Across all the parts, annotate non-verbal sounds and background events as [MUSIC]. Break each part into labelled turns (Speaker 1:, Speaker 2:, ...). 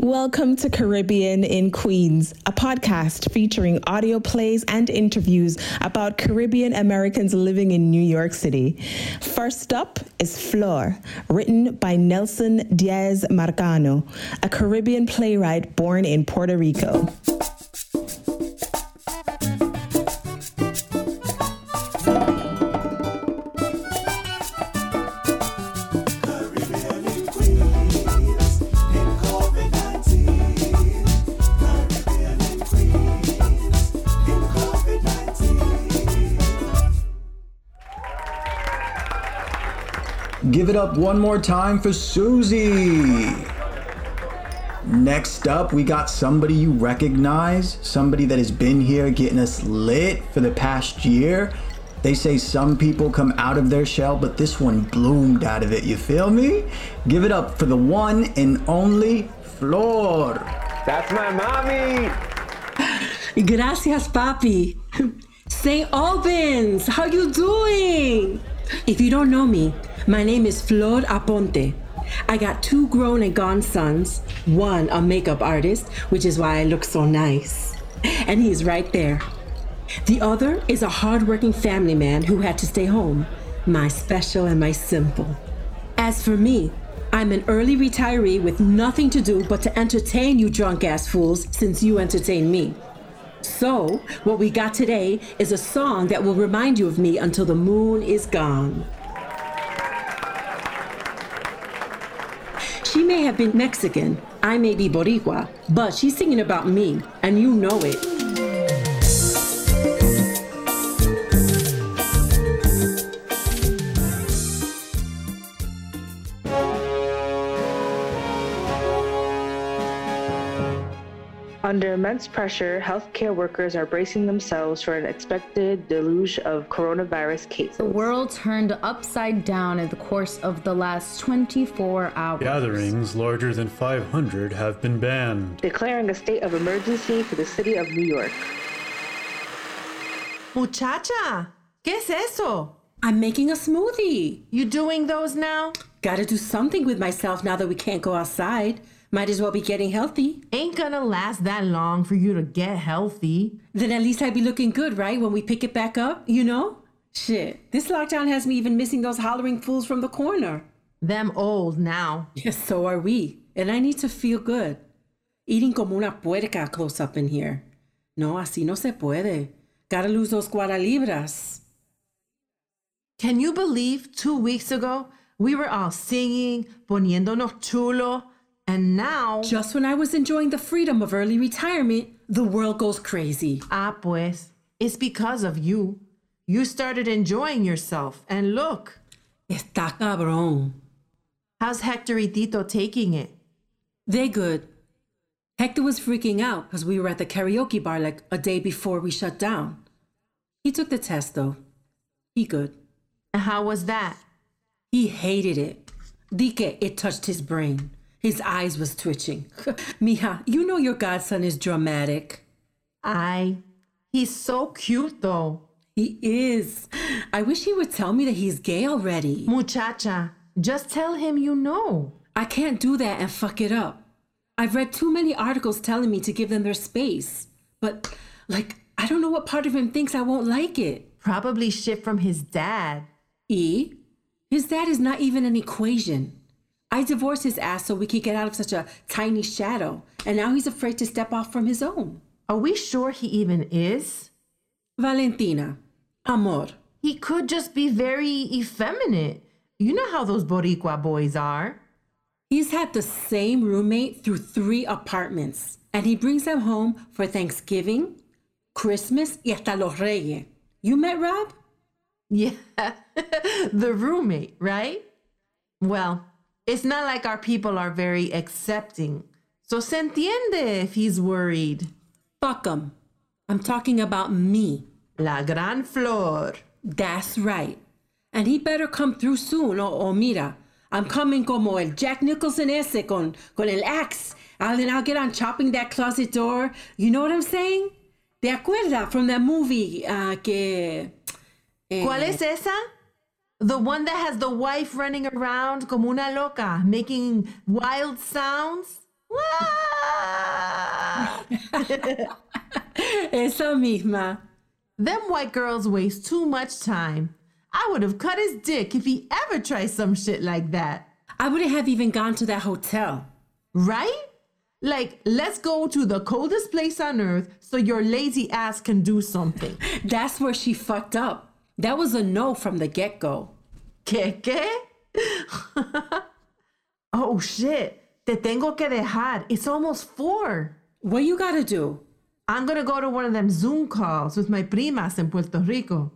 Speaker 1: Welcome to Caribbean in Queens, a podcast featuring audio plays and interviews about Caribbean Americans living in New York City. First up is Flor, written by Nelson Diaz Marcano, a Caribbean playwright born in Puerto Rico.
Speaker 2: Give it up one more time for Susie. Next up, we got somebody you recognize, somebody that has been here getting us lit for the past year. They say some people come out of their shell, but this one bloomed out of it, you feel me? Give it up for the one and only Flor.
Speaker 3: That's my mommy.
Speaker 4: Gracias, papi. St. Albans, how you doing? If you don't know me, my name is Flor Aponte. I got two grown and gone sons, one a makeup artist, which is why I look so nice, and he's right there. The other is a hardworking family man who had to stay home, my special and my simple. As for me, I'm an early retiree with nothing to do but to entertain you drunk ass fools since you entertain me. So, what we got today is a song that will remind you of me until the moon is gone. She may have been Mexican, I may be Boricua, but she's singing about me, and you know it.
Speaker 5: Under immense pressure, healthcare workers are bracing themselves for an expected deluge of coronavirus cases.
Speaker 6: The world turned upside down in the course of the last 24 hours.
Speaker 7: Gatherings larger than 500 have been banned.
Speaker 5: Declaring a state of emergency for the city of New York.
Speaker 8: Muchacha, ¿qué es eso?
Speaker 4: I'm making a smoothie.
Speaker 8: You doing those now?
Speaker 4: Gotta do something with myself now that we can't go outside. Might as well be getting healthy.
Speaker 8: Ain't gonna last that long for you to get healthy.
Speaker 4: Then at least I'd be looking good, right? When we pick it back up, you know? Shit, this lockdown has me even missing those hollering fools from the corner.
Speaker 8: Them old now.
Speaker 4: Yes, so are we. And I need to feel good. Eating como una puerca close up in here. No, así no se puede. Gotta lose those guadalibras.
Speaker 8: Can you believe two weeks ago we were all singing, poniéndonos chulo, and now.
Speaker 4: Just when I was enjoying the freedom of early retirement, the world goes crazy.
Speaker 8: ah, pues. It's because of you. You started enjoying yourself, and look,
Speaker 4: Está cabrón.
Speaker 8: how's Hectoritito taking it?
Speaker 4: They good. Hector was freaking out because we were at the karaoke bar like a day before we shut down. He took the test though. He good.
Speaker 8: And how was that?
Speaker 4: He hated it. Dike, it touched his brain. His eyes was twitching. [LAUGHS] Mija, you know your godson is dramatic.
Speaker 8: I. He's so cute though.
Speaker 4: He is. I wish he would tell me that he's gay already.
Speaker 8: Muchacha, just tell him you know.
Speaker 4: I can't do that and fuck it up. I've read too many articles telling me to give them their space. But, like, I don't know what part of him thinks I won't like it.
Speaker 8: Probably shit from his dad.
Speaker 4: E? His dad is not even an equation. I divorced his ass so we could get out of such a tiny shadow, and now he's afraid to step off from his own.
Speaker 8: Are we sure he even is?
Speaker 4: Valentina, amor.
Speaker 8: He could just be very effeminate. You know how those Boricua boys are. [LAUGHS]
Speaker 4: He's had the same roommate through three apartments, and he brings them home for Thanksgiving, Christmas, y hasta los Reyes. You met Rob?
Speaker 8: Yeah, the roommate, right? Well, it's not like our people are very accepting. So se entiende if he's worried.
Speaker 4: Fuck him. I'm talking about me.
Speaker 8: La gran flor.
Speaker 4: That's right. And he better come through soon, or, or mira, I'm coming como el Jack Nicholson ese con, con el axe. And then I'll get on chopping that closet door. You know what I'm saying? ¿Te acuerdas from that movie uh, que... eh,
Speaker 8: ¿Cuál es esa? The one that has the wife running around como una loca, making wild sounds?
Speaker 4: Esa misma.
Speaker 8: Them white girls waste too much time. I would have cut his dick if he ever tried some shit like that.
Speaker 4: I wouldn't have even gone to that hotel.
Speaker 8: Right? Like, let's go to the coldest place on earth so your lazy ass can do something.
Speaker 4: That's where she fucked up. That was a no from the get go.
Speaker 8: [LAUGHS] ¿Qué, qué? [LAUGHS] oh shit. Te tengo que dejar. It's almost four.
Speaker 4: What you gotta do?
Speaker 8: I'm gonna go to one of them Zoom calls with my primas in Puerto Rico.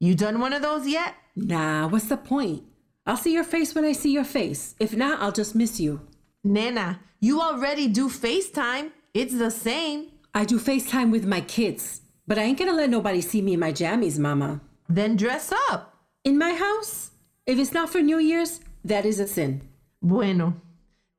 Speaker 8: You done one of those yet?
Speaker 4: Nah, what's the point? I'll see your face when I see your face. If not, I'll just miss you.
Speaker 8: Nana, you already do FaceTime. It's the same.
Speaker 4: I do FaceTime with my kids, but I ain't gonna let nobody see me in my jammies, mama.
Speaker 8: Then dress up.
Speaker 4: In my house? If it's not for New Year's, that is a sin.
Speaker 8: Bueno,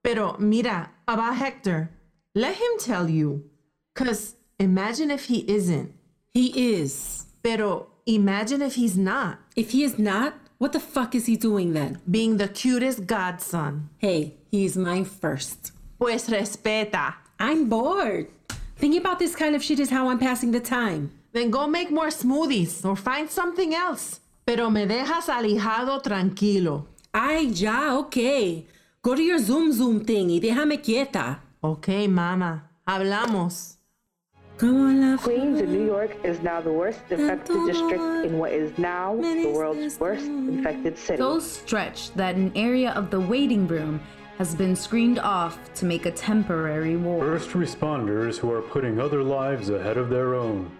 Speaker 8: pero mira, about Hector, let him tell you. Cause imagine if he isn't.
Speaker 4: He is.
Speaker 8: Pero imagine if he's not,
Speaker 4: If he is not, what the fuck is he doing then?
Speaker 8: being the cutest godson.
Speaker 4: Hey, he's mine first.
Speaker 8: Pues respeta.
Speaker 4: I'm bored. Thinking about this kind of shit is how I'm passing the time.
Speaker 8: Then go make more smoothies or find something else. Pero me dejas alijado tranquilo.
Speaker 4: Ay, ya, okay. Go to your Zoom Zoom thingy. Déjame quieta.
Speaker 8: Okay, mama. Hablamos.
Speaker 4: Como la
Speaker 5: Queens in New York is now the worst infected district in what is now the world's worst infected city.
Speaker 6: So stretched that an area of the waiting room has been screened off to make a temporary
Speaker 7: [LAUGHS]
Speaker 6: ward.
Speaker 7: First responders who are putting other lives ahead of their own.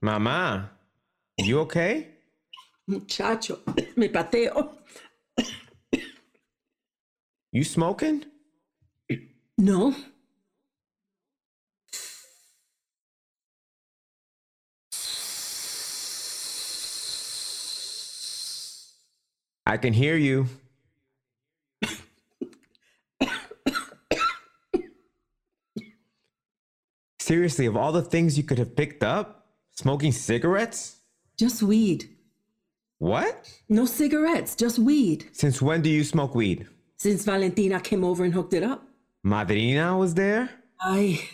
Speaker 9: Mama, you okay?
Speaker 4: Muchacho, [COUGHS] me pateo.
Speaker 9: You smoking?
Speaker 4: No.
Speaker 9: I can hear you. Seriously, of all the things you could have picked up, smoking cigarettes?
Speaker 4: Just weed.
Speaker 9: What?
Speaker 4: No cigarettes, just weed.
Speaker 9: Since when do you smoke weed?
Speaker 4: Since Valentina came over and hooked it up.
Speaker 9: Madrina was there?
Speaker 4: I.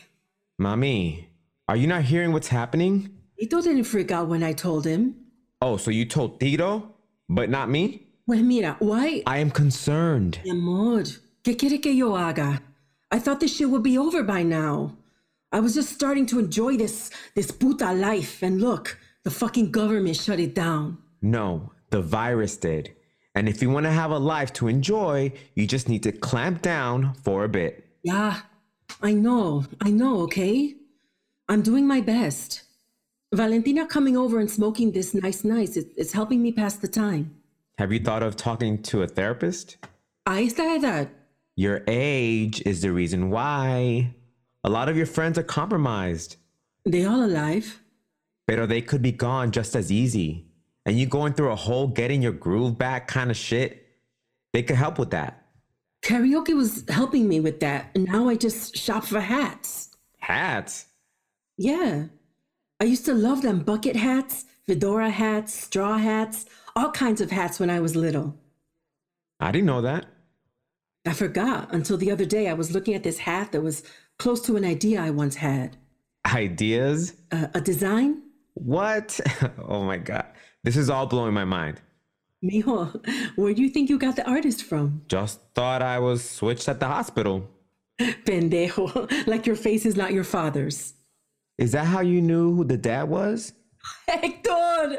Speaker 9: Mommy, are you not hearing what's happening?
Speaker 4: Tito didn't freak out when I told him.
Speaker 9: Oh, so you told Tito, but not me?
Speaker 4: Pues mira, why?
Speaker 9: I am concerned.
Speaker 4: Mi amor, ¿qué quiere que yo haga? I thought this shit would be over by now. I was just starting to enjoy this this puta life, and look, the fucking government shut it down.
Speaker 9: No, the virus did. And if you want to have a life to enjoy, you just need to clamp down for a bit.
Speaker 4: Yeah, I know, I know, okay? I'm doing my best. Valentina coming over and smoking this nice nice, it, it's helping me pass the time.
Speaker 9: Have you thought of talking to a therapist?
Speaker 4: I esta edad,
Speaker 9: Your age is the reason why. A lot of your friends are compromised,
Speaker 4: they all alive.
Speaker 9: but they could be gone just as easy. And you going through a whole getting your groove back kind of shit. They could help with that.
Speaker 4: Karaoke was helping me with that, and now I just shop for hats.
Speaker 9: Hats.
Speaker 4: Yeah. I used to love them bucket hats, fedora hats, straw hats, all kinds of hats when I was little.
Speaker 9: I didn't know that.
Speaker 4: I forgot until the other day I was looking at this hat that was close to an idea I once had.
Speaker 9: Ideas?
Speaker 4: Uh, a design?
Speaker 9: What? [LAUGHS] oh my God. This is all blowing my mind.
Speaker 4: Mijo, where do you think you got the artist from?
Speaker 9: Just thought I was switched at the hospital.
Speaker 4: Pendejo, [LAUGHS] like your face is not your father's. [LAUGHS]
Speaker 9: Is that how you knew who the dad was?
Speaker 4: Hector!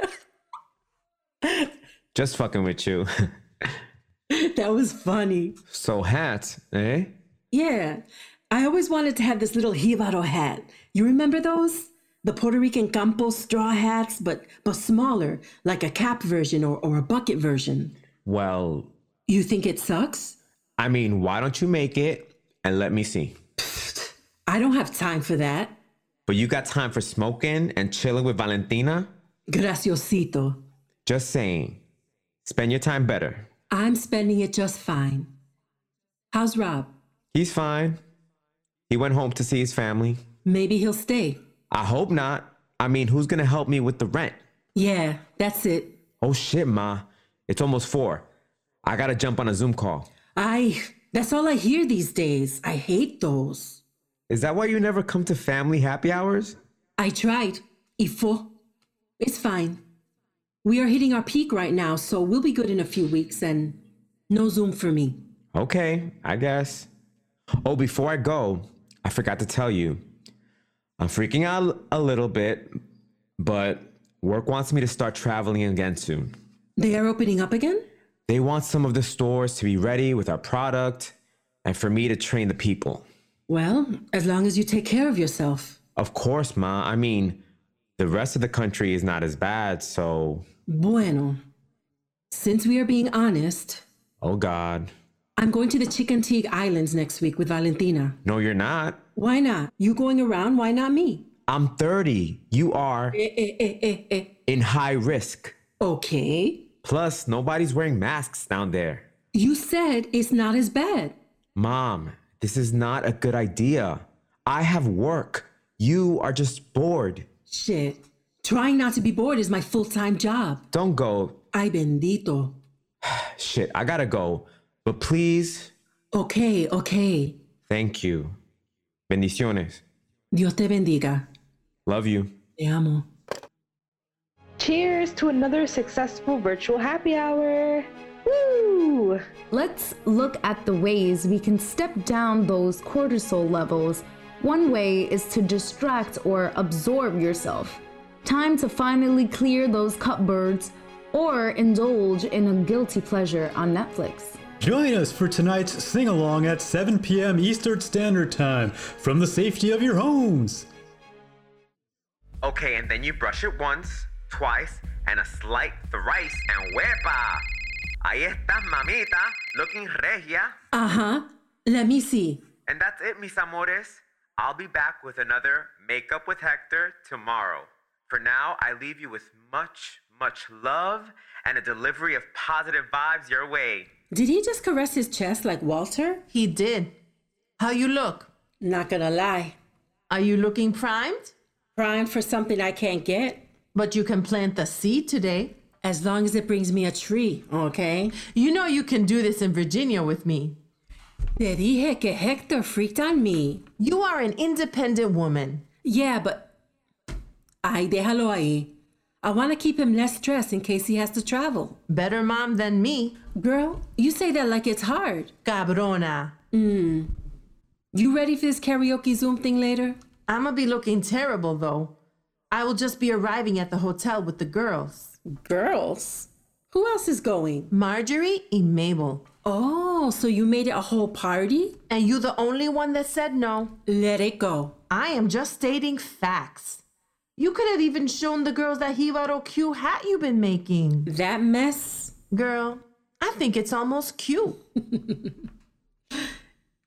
Speaker 9: Just fucking with you. [LAUGHS]
Speaker 4: That was funny.
Speaker 9: so hats, eh?
Speaker 4: Yeah. I always wanted to have this little jibaro hat. You remember those? The Puerto Rican campo straw hats, but but smaller, like a cap version or, or a bucket version.
Speaker 9: Well,
Speaker 4: You think it sucks?
Speaker 9: I mean, why don't you make it and let me see?
Speaker 4: I don't have time for that.
Speaker 9: But you got time for smoking and chilling with Valentina?
Speaker 4: Graciosito.
Speaker 9: Just saying. Spend your time better.
Speaker 4: I'm spending it just fine. How's Rob?
Speaker 9: He's fine. He went home to see his family.
Speaker 4: Maybe he'll stay.
Speaker 9: I hope not. I mean, who's gonna help me with the rent?
Speaker 4: Yeah, that's it.
Speaker 9: Oh shit, ma. It's almost four. I gotta jump on a Zoom call.
Speaker 4: I, that's all I hear these days. I hate those.
Speaker 9: Is that why you never come to family happy hours?
Speaker 4: I tried. Ifo. It's fine. We are hitting our peak right now, so we'll be good in a few weeks and no Zoom for me.
Speaker 9: Okay, I guess. Oh, before I go, I forgot to tell you. I'm freaking out a little bit, but work wants me to start traveling again soon.
Speaker 4: They are opening up again?
Speaker 9: They want some of the stores to be ready with our product and for me to train the people.
Speaker 4: Well, as long as you take care of yourself.
Speaker 9: Of course, Ma. I mean, the rest of the country is not as bad, so.
Speaker 4: Bueno. Since we are being honest,
Speaker 9: Oh, God.
Speaker 4: I'm going to the Chicanteague Islands next week with Valentina.
Speaker 9: No, you're not.
Speaker 4: Why not? You going around, why not me?
Speaker 9: I'm 30. You are
Speaker 4: Eh, eh, eh, eh, eh.
Speaker 9: in high risk.
Speaker 4: Okay.
Speaker 9: Plus, nobody's wearing masks down there.
Speaker 4: You said it's not as bad.
Speaker 9: Mom, this is not a good idea. I have work. You are just bored.
Speaker 4: Shit. Trying not to be bored is my full time job.
Speaker 9: Don't go.
Speaker 4: Ay bendito.
Speaker 9: Shit, I gotta go. But please,
Speaker 4: Okay, okay.
Speaker 9: thank you. Bendiciones.
Speaker 4: Dios te bendiga.
Speaker 9: Love you.
Speaker 4: Te amo.
Speaker 5: Cheers to another successful virtual happy hour. Woo!
Speaker 6: Let's look at the ways we can step down those cortisol levels. One way is to distract or absorb yourself. Time to finally clear those cupboards or indulge in a guilty pleasure on Netflix.
Speaker 7: Join us for tonight's sing along at 7 p.m. Eastern Standard Time from the safety of your homes.
Speaker 9: Okay, and then you brush it once, twice, and a slight thrice, and huepa! Ahí estás, mamita, looking regia.
Speaker 4: Uh huh. Let me see.
Speaker 9: And that's it, mis amores. I'll be back with another Makeup with Hector tomorrow. For now, I leave you with much, much love and a delivery of positive vibes your way.
Speaker 4: Did he just caress his chest like Walter?
Speaker 8: He did. How you look?
Speaker 4: Not gonna lie.
Speaker 8: Are you looking primed?
Speaker 4: Crying for something I can't get.
Speaker 8: But you can plant the seed today.
Speaker 4: As long as it brings me a tree, okay?
Speaker 8: You know you can do this in Virginia with me.
Speaker 4: Te dije que Hector freaked on me.
Speaker 8: You are an independent woman.
Speaker 4: Yeah, but. Ay, déjalo ahí. I wanna keep him less stressed in case he has to travel.
Speaker 8: Better mom than me.
Speaker 4: Girl, you say that like it's hard.
Speaker 8: Cabrona.
Speaker 4: You ready for this karaoke Zoom thing later?
Speaker 8: I'ma be looking terrible though. I will just be arriving at the hotel with the girls.
Speaker 4: Girls? Who else is going?
Speaker 8: Marjorie and Mabel.
Speaker 4: Oh, so you made it a whole party?
Speaker 8: And you the only one that said no.
Speaker 4: Let it go.
Speaker 8: I am just stating facts. You could have even shown the girls that Hibaro Q hat you been making.
Speaker 4: That mess?
Speaker 8: Girl, I think it's almost cute.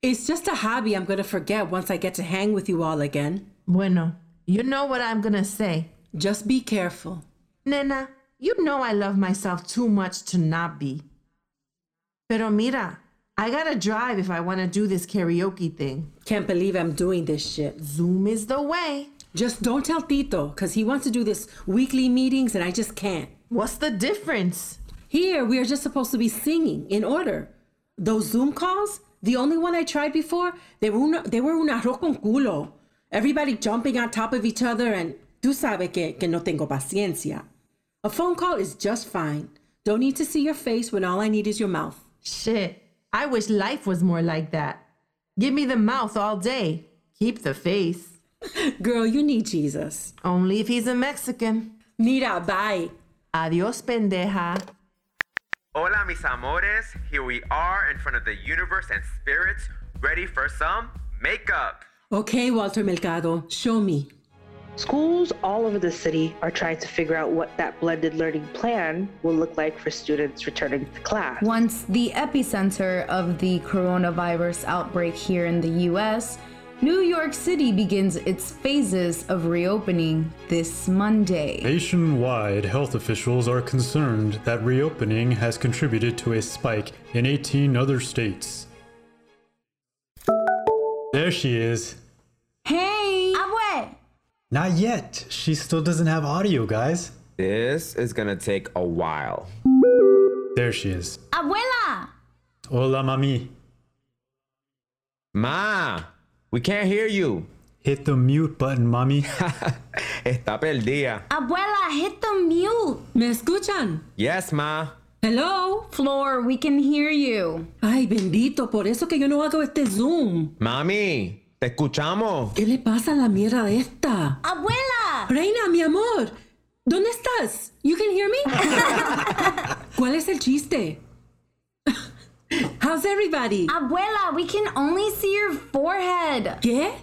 Speaker 4: It's just a hobby I'm gonna forget once I get to hang with you all again.
Speaker 8: Bueno, you know what I'm gonna say.
Speaker 4: Just be careful.
Speaker 8: Nena, you know I love myself too much to not be. Pero mira, I gotta drive if I wanna do this karaoke thing.
Speaker 4: Can't believe I'm doing this shit.
Speaker 8: Zoom is the way.
Speaker 4: Just don't tell Tito, because he wants to do this weekly meetings and I just can't.
Speaker 8: What's the difference?
Speaker 4: Here, we are just supposed to be singing in order. Those Zoom calls, the only one I tried before, they were, una, they were un arroz con culo. Everybody jumping on top of each other and tú sabes que, que no tengo paciencia. A phone call is just fine. Don't need to see your face when all I need is your mouth.
Speaker 8: Shit, I wish life was more like that. Give me the mouth all day, keep the face.
Speaker 4: Girl, you need Jesus.
Speaker 8: Only if he's a Mexican.
Speaker 4: Mira, bye.
Speaker 8: Adios, pendeja.
Speaker 9: Hola, mis amores. Here we are in front of the universe and spirits, ready for some makeup.
Speaker 4: Okay, Walter Mercado, show me.
Speaker 5: Schools all over the city are trying to figure out what that blended learning plan will look like for students returning to class.
Speaker 6: Once the epicenter of the coronavirus outbreak here in the US, New York City begins its phases of reopening this Monday.
Speaker 7: Nationwide, health officials are concerned that reopening has contributed to a spike in 18 other states. There she is.
Speaker 6: Hey!
Speaker 7: Not yet. She still doesn't have audio, guys.
Speaker 9: This is gonna take a while.
Speaker 7: There she is.
Speaker 6: Abuela!
Speaker 7: Hola, mami.
Speaker 9: Ma, we can't hear you.
Speaker 7: Hit the mute button, mommy.
Speaker 9: Está perdida.
Speaker 6: Abuela, hit the mute!
Speaker 4: ¿Me escuchan?
Speaker 9: Yes, ma.
Speaker 4: Hello.
Speaker 6: Floor, we can hear you.
Speaker 4: Ay, bendito, por eso que yo no hago este Zoom.
Speaker 9: Mami, te escuchamos.
Speaker 4: ¿Qué le pasa a la mierda de esta?
Speaker 6: Abuela!
Speaker 4: Reina, mi amor, ¿dónde estás? You can hear me? ¿Cuál es el chiste? How's everybody?
Speaker 6: Abuela, we can only see your forehead.
Speaker 4: ¿Qué?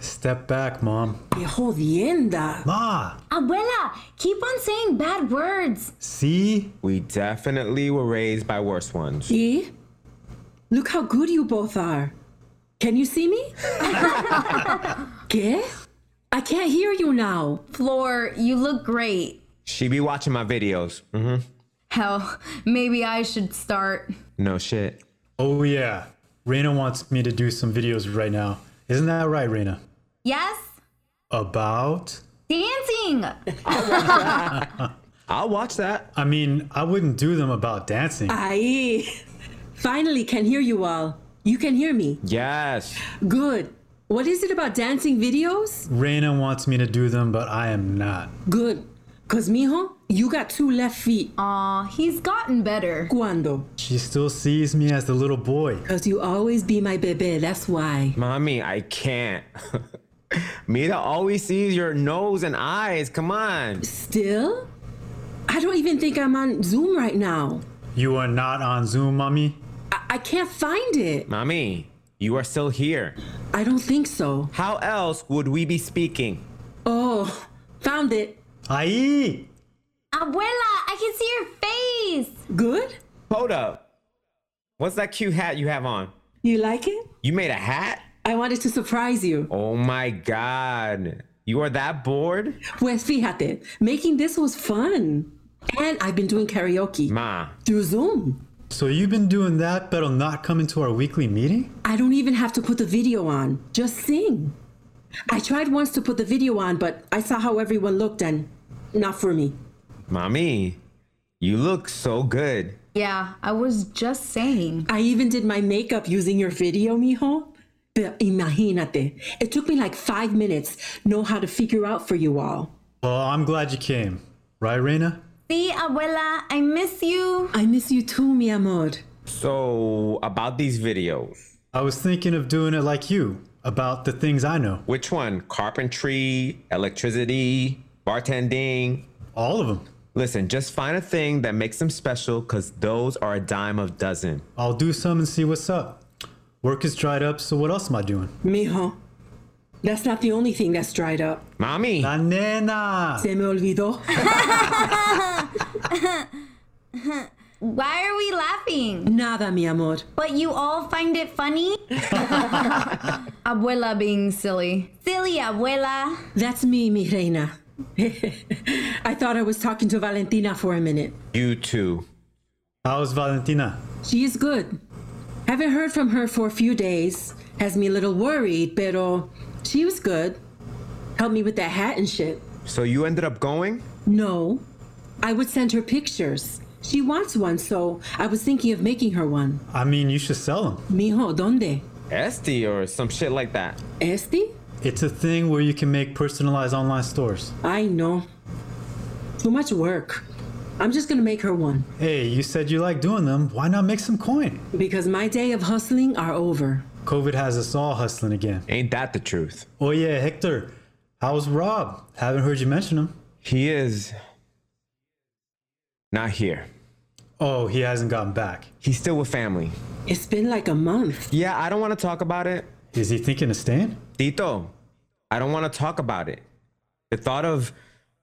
Speaker 7: Step back, mom.
Speaker 4: ¡Qué jodienda!
Speaker 7: Ma,
Speaker 6: Abuela, keep on saying bad words.
Speaker 7: see?
Speaker 9: We definitely were raised by worse ones.
Speaker 4: ¿Y? Look how good you both are. Can you see me? ¿Qué? I can't hear you now.
Speaker 6: Floor, you look great.
Speaker 9: She be watching my videos. hmm
Speaker 6: Hell, maybe I should start.
Speaker 9: No shit.
Speaker 7: Oh, yeah. Raina wants me to do some videos right now. Isn't that right, Raina?
Speaker 6: Yes?
Speaker 7: About?
Speaker 6: Dancing!
Speaker 9: I'll watch that.
Speaker 7: I mean, I wouldn't do them about dancing.
Speaker 4: Ay. Finally can hear you all. You can hear me.
Speaker 9: Yes.
Speaker 4: Good. What is it about dancing videos?
Speaker 7: Raina wants me to do them, but I am not.
Speaker 4: Good. Cause mijo, you got two left feet.
Speaker 6: Aw, he's gotten better.
Speaker 4: Cuando?
Speaker 7: She still sees me as the little boy.
Speaker 4: Cause you always be my bebe, that's why.
Speaker 9: Mommy, I can't. [LAUGHS] Mita always sees your nose and eyes. Come on.
Speaker 4: Still? I don't even think I'm on Zoom right now.
Speaker 7: You are not on Zoom, mommy?
Speaker 4: I, I can't find it.
Speaker 9: Mommy, you are still here.
Speaker 4: I don't think so.
Speaker 9: How else would we be speaking?
Speaker 4: Oh, found it.
Speaker 7: Aye!
Speaker 6: Abuela, I can see your face!
Speaker 4: Good?
Speaker 9: Hold up. What's that cute hat you have on?
Speaker 4: You like it?
Speaker 9: You made a hat?
Speaker 4: I wanted to surprise you.
Speaker 9: Oh my god. You are that bored?
Speaker 4: Pues fíjate, making this was fun. And I've been doing karaoke
Speaker 9: Ma,
Speaker 4: through Zoom.
Speaker 7: So you've been doing that, but'll not coming to our weekly meeting?
Speaker 4: I don't even have to put the video on, just sing. I tried once to put the video on, but I saw how everyone looked and not for me.
Speaker 9: mommy, you look so good.
Speaker 6: Yeah, I was just saying.
Speaker 4: I even did my makeup using your video, mijo. But imagínate, it took me like five minutes know how to figure out for you all.
Speaker 7: Well, I'm glad you came. Right, Raina?
Speaker 6: See, Abuela, I miss you.
Speaker 4: I miss you too, mi amor.
Speaker 9: So, about these videos,
Speaker 7: I was thinking of doing it like you, about the things I know.
Speaker 9: which one? Carpentry, electricity, bartending?
Speaker 7: All of them.
Speaker 9: Listen, just find a thing that makes them special because those are a dime of dozen.
Speaker 7: I'll do some and see what's up. Work is dried up, so what else am I doing?
Speaker 4: Mijo, that's not the only thing that's dried up.
Speaker 9: Mommy,
Speaker 7: La nena!
Speaker 4: Se me olvidó.
Speaker 6: Why are we laughing?
Speaker 4: Nada, mi amor.
Speaker 6: But you all find it funny? [LAUGHS] Abuela being silly. Silly Abuela.
Speaker 4: That's me, mi reina. [LAUGHS] I thought I was talking to Valentina for a minute.
Speaker 9: you too.
Speaker 7: How's Valentina?
Speaker 4: She is good. Haven't heard from her for a few days. Has me a little worried, pero she was good. Helped me with that hat and shit.
Speaker 9: So, you ended up going?
Speaker 4: No, I would send her pictures. She wants one, so I was thinking of making her one.
Speaker 7: I mean, you should sell them.
Speaker 4: Mijo, ¿dónde?
Speaker 9: Esti or some shit like that.
Speaker 4: ¿Este?
Speaker 7: It's a thing where you can make personalized online stores.
Speaker 4: I know. Too much work. I'm just gonna make her one.
Speaker 7: Hey, you said you like doing them. Why not make some coin?
Speaker 4: Because my day of hustling are over.
Speaker 7: COVID has us all hustling again.
Speaker 9: Ain't that the truth?
Speaker 7: Oh, yeah, Hector. How's Rob? Haven't heard you mention him.
Speaker 9: He is not here.
Speaker 7: Oh, he hasn't gotten back.
Speaker 9: He's still with family.
Speaker 4: It's been like a month.
Speaker 9: Yeah, I don't want to talk about it.
Speaker 7: Is he thinking of staying?
Speaker 9: Tito, I don't want to talk about it. The thought of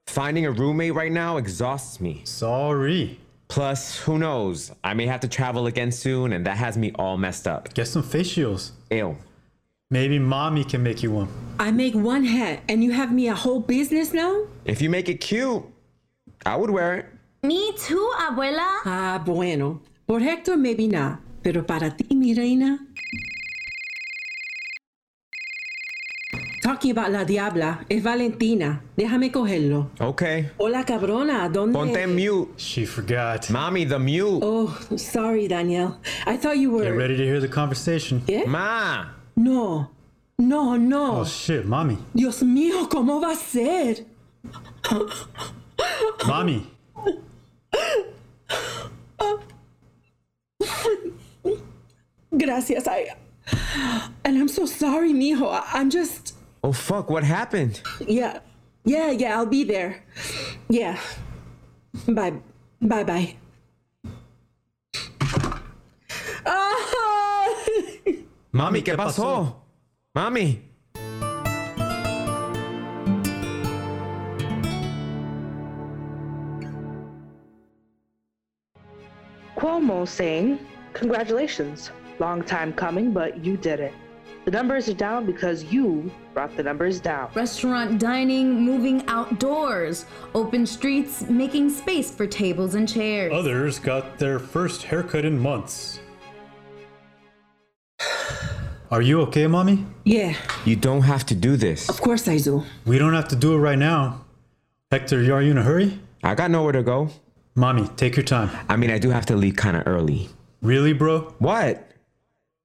Speaker 9: finding a roommate right now exhausts me.
Speaker 7: Sorry.
Speaker 9: Plus, who knows? I may have to travel again soon, and that has me all messed up.
Speaker 7: Get some face shields.
Speaker 9: Ew.
Speaker 7: Maybe mommy can make you one.
Speaker 4: I make one hat and you have me a whole business now?
Speaker 9: If you make it cute, I would wear it.
Speaker 6: Me too, Abuela.
Speaker 4: Ah, bueno. Por Hector, maybe not. Pero para ti, mi reina. talking about La Diabla. Es Valentina. Déjame cogerlo.
Speaker 9: Okay.
Speaker 4: Hola, cabrona. ¿Dónde?
Speaker 9: Ponte mute.
Speaker 7: She forgot.
Speaker 9: Mommy, the mute.
Speaker 4: Oh, sorry, Daniel. I thought you were.
Speaker 7: Get ready to hear the conversation.
Speaker 4: ¿Eh?
Speaker 9: Ma.
Speaker 4: No. No, no.
Speaker 7: Oh shit, mommy.
Speaker 4: Dios mío, ¿cómo va a ser?
Speaker 7: Mommy.
Speaker 4: Gracias. I. And I'm so sorry, mijo. I- I'm just.
Speaker 9: Oh fuck, what happened?
Speaker 4: Yeah. Yeah, yeah, I'll be there. Yeah. Bye. Bye bye.
Speaker 9: Mommy, ¿qué pasó? Mommy.
Speaker 5: Cuomo saying, Congratulations, long time coming, but you did it. The numbers are down because you brought the numbers down.
Speaker 6: Restaurant dining, moving outdoors, open streets, making space for tables and chairs.
Speaker 7: Others got their first haircut in months. Are you okay, mommy?
Speaker 4: [LAUGHS] Yeah,
Speaker 9: You don't have to do this.
Speaker 4: of course I do.
Speaker 7: We don't have to do it right now. Hector, you- are you in a hurry?
Speaker 9: I got nowhere to go.
Speaker 7: Mommy, take your time.
Speaker 9: I mean, I do have to leave kind of early.
Speaker 7: Really, bro?
Speaker 9: What?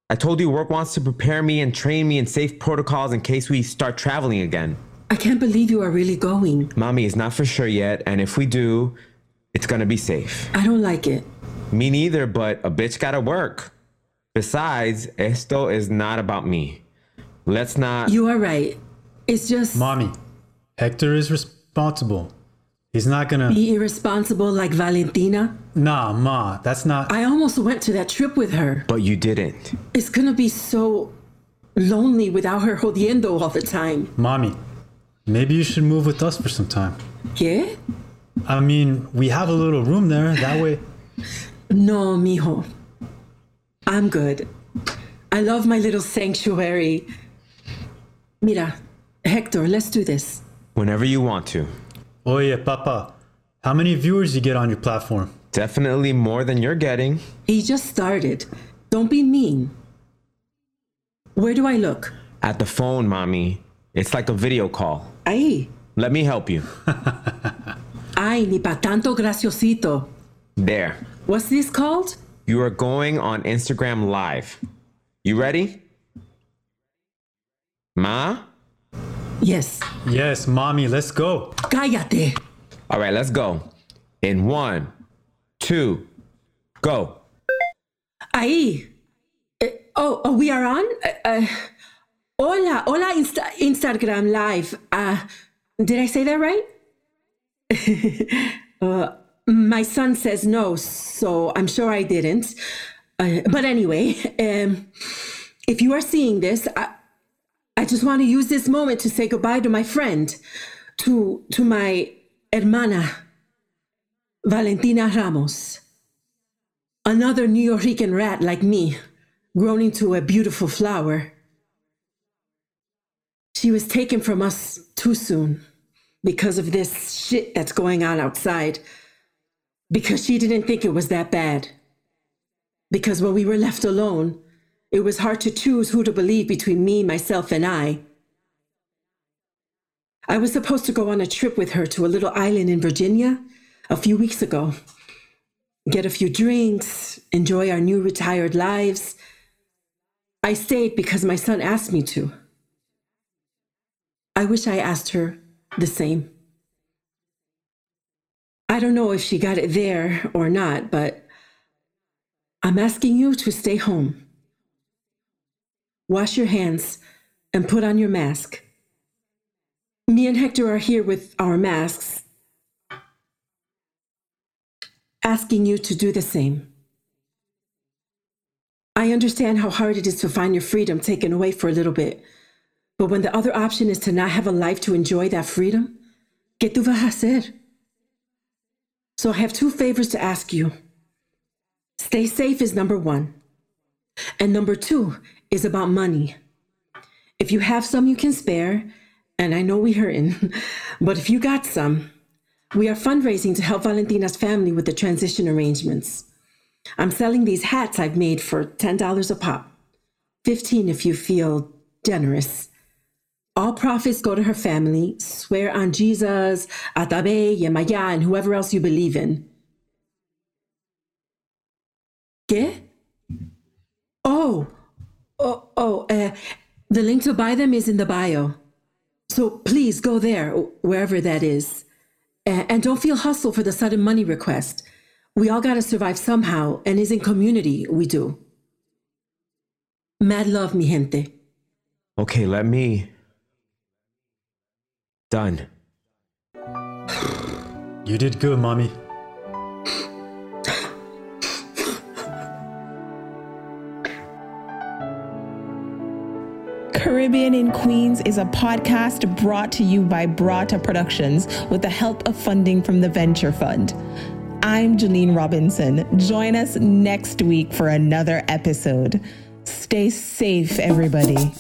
Speaker 9: I told you work wants to prepare me and train me in safe protocols in case we start traveling again.
Speaker 4: I can't believe you are really going.
Speaker 9: Mommy, it's not for sure yet, and if we do, it's gonna be safe.
Speaker 4: I don't like it.
Speaker 9: Me neither, but a bitch gotta work. Besides, esto is not about me. Let's not.
Speaker 4: You are right. It's just
Speaker 7: Mommy, Hector is responsible. He's not gonna.
Speaker 4: be irresponsible like Valentina.
Speaker 7: Nah, ma, that's not.
Speaker 4: I almost went to that trip with her.
Speaker 9: but you didn't.
Speaker 4: It's gonna be so lonely without her jodiendo all the time.
Speaker 7: Mommy, maybe you should move with us for some time.
Speaker 4: Yeah?
Speaker 7: I mean, we have a little room there. That way.
Speaker 4: No, mijo. I'm good. I love my little sanctuary. Mira, Hector, let's do this.
Speaker 9: Whenever you want to.
Speaker 7: Oye, papa, how many viewers you get on your platform?
Speaker 9: Definitely more than you're getting.
Speaker 4: He just started. Don't be mean. Where do I look?
Speaker 9: At the phone, mommy. It's like a video call.
Speaker 4: Ahí.
Speaker 9: Let me help you.
Speaker 4: Ay, ni pa tanto graciosito.
Speaker 9: There.
Speaker 4: What's this called?
Speaker 9: You are going on Instagram Live. You ready? Ma?
Speaker 4: Yes.
Speaker 7: Yes, mommy, let's go.
Speaker 4: Cállate.
Speaker 9: All right, let's go. In one, two, go.
Speaker 4: Ahí. Eh, oh, oh, we are on? Uh, uh, hola, hola, Insta- Instagram Live. Uh, did I say that right? [LAUGHS] Uh, my son says no, so I'm sure I didn't. Uh, but anyway, um, if you are seeing this, I, I just want to use this moment to say goodbye to my friend, to to my hermana, Valentina Ramos another New Yorican rat like me, grown into a beautiful flower. She was taken from us too soon because of this shit that's going on outside. Because she didn't think it was that bad. Because when we were left alone, it was hard to choose who to believe between me, myself, and I. I was supposed to go on a trip with her to a little island in Virginia a few weeks ago get a few drinks, enjoy our new retired lives. I stayed because my son asked me to. I wish I asked her the same. I don't know if she got it there or not, but I'm asking you to stay home. Wash your hands and put on your mask. Me and Hector are here with our masks asking you to do the same. I understand how hard it is to find your freedom taken away for a little bit, but when the other option is to not have a life to enjoy that freedom, ¿qué tú vas a hacer? So I have two favors to ask you. Stay safe is number one. And number two is about money. If you have some you can spare, and I know we hurting, [LAUGHS] but if you got some, we are fundraising to help Valentina's family with the transition arrangements. I'm selling these hats I've made for $10 a pop. 15 if you feel generous. All prophets go to her family, swear on Jesus, Atabe, Yemaya, and whoever else you believe in. ¿Qué? Oh, oh, oh, uh, the link to buy them is in the bio. So please go there, wherever that is. Uh, and don't feel hustle for the sudden money request. We all got to survive somehow, and is in community we do. Mad love, mi gente.
Speaker 10: Okay, let me. Done.
Speaker 7: You did good, mommy.
Speaker 1: Caribbean in Queens is a podcast brought to you by Brata Productions with the help of funding from the Venture Fund. I'm Janine Robinson. Join us next week for another episode. Stay safe, everybody.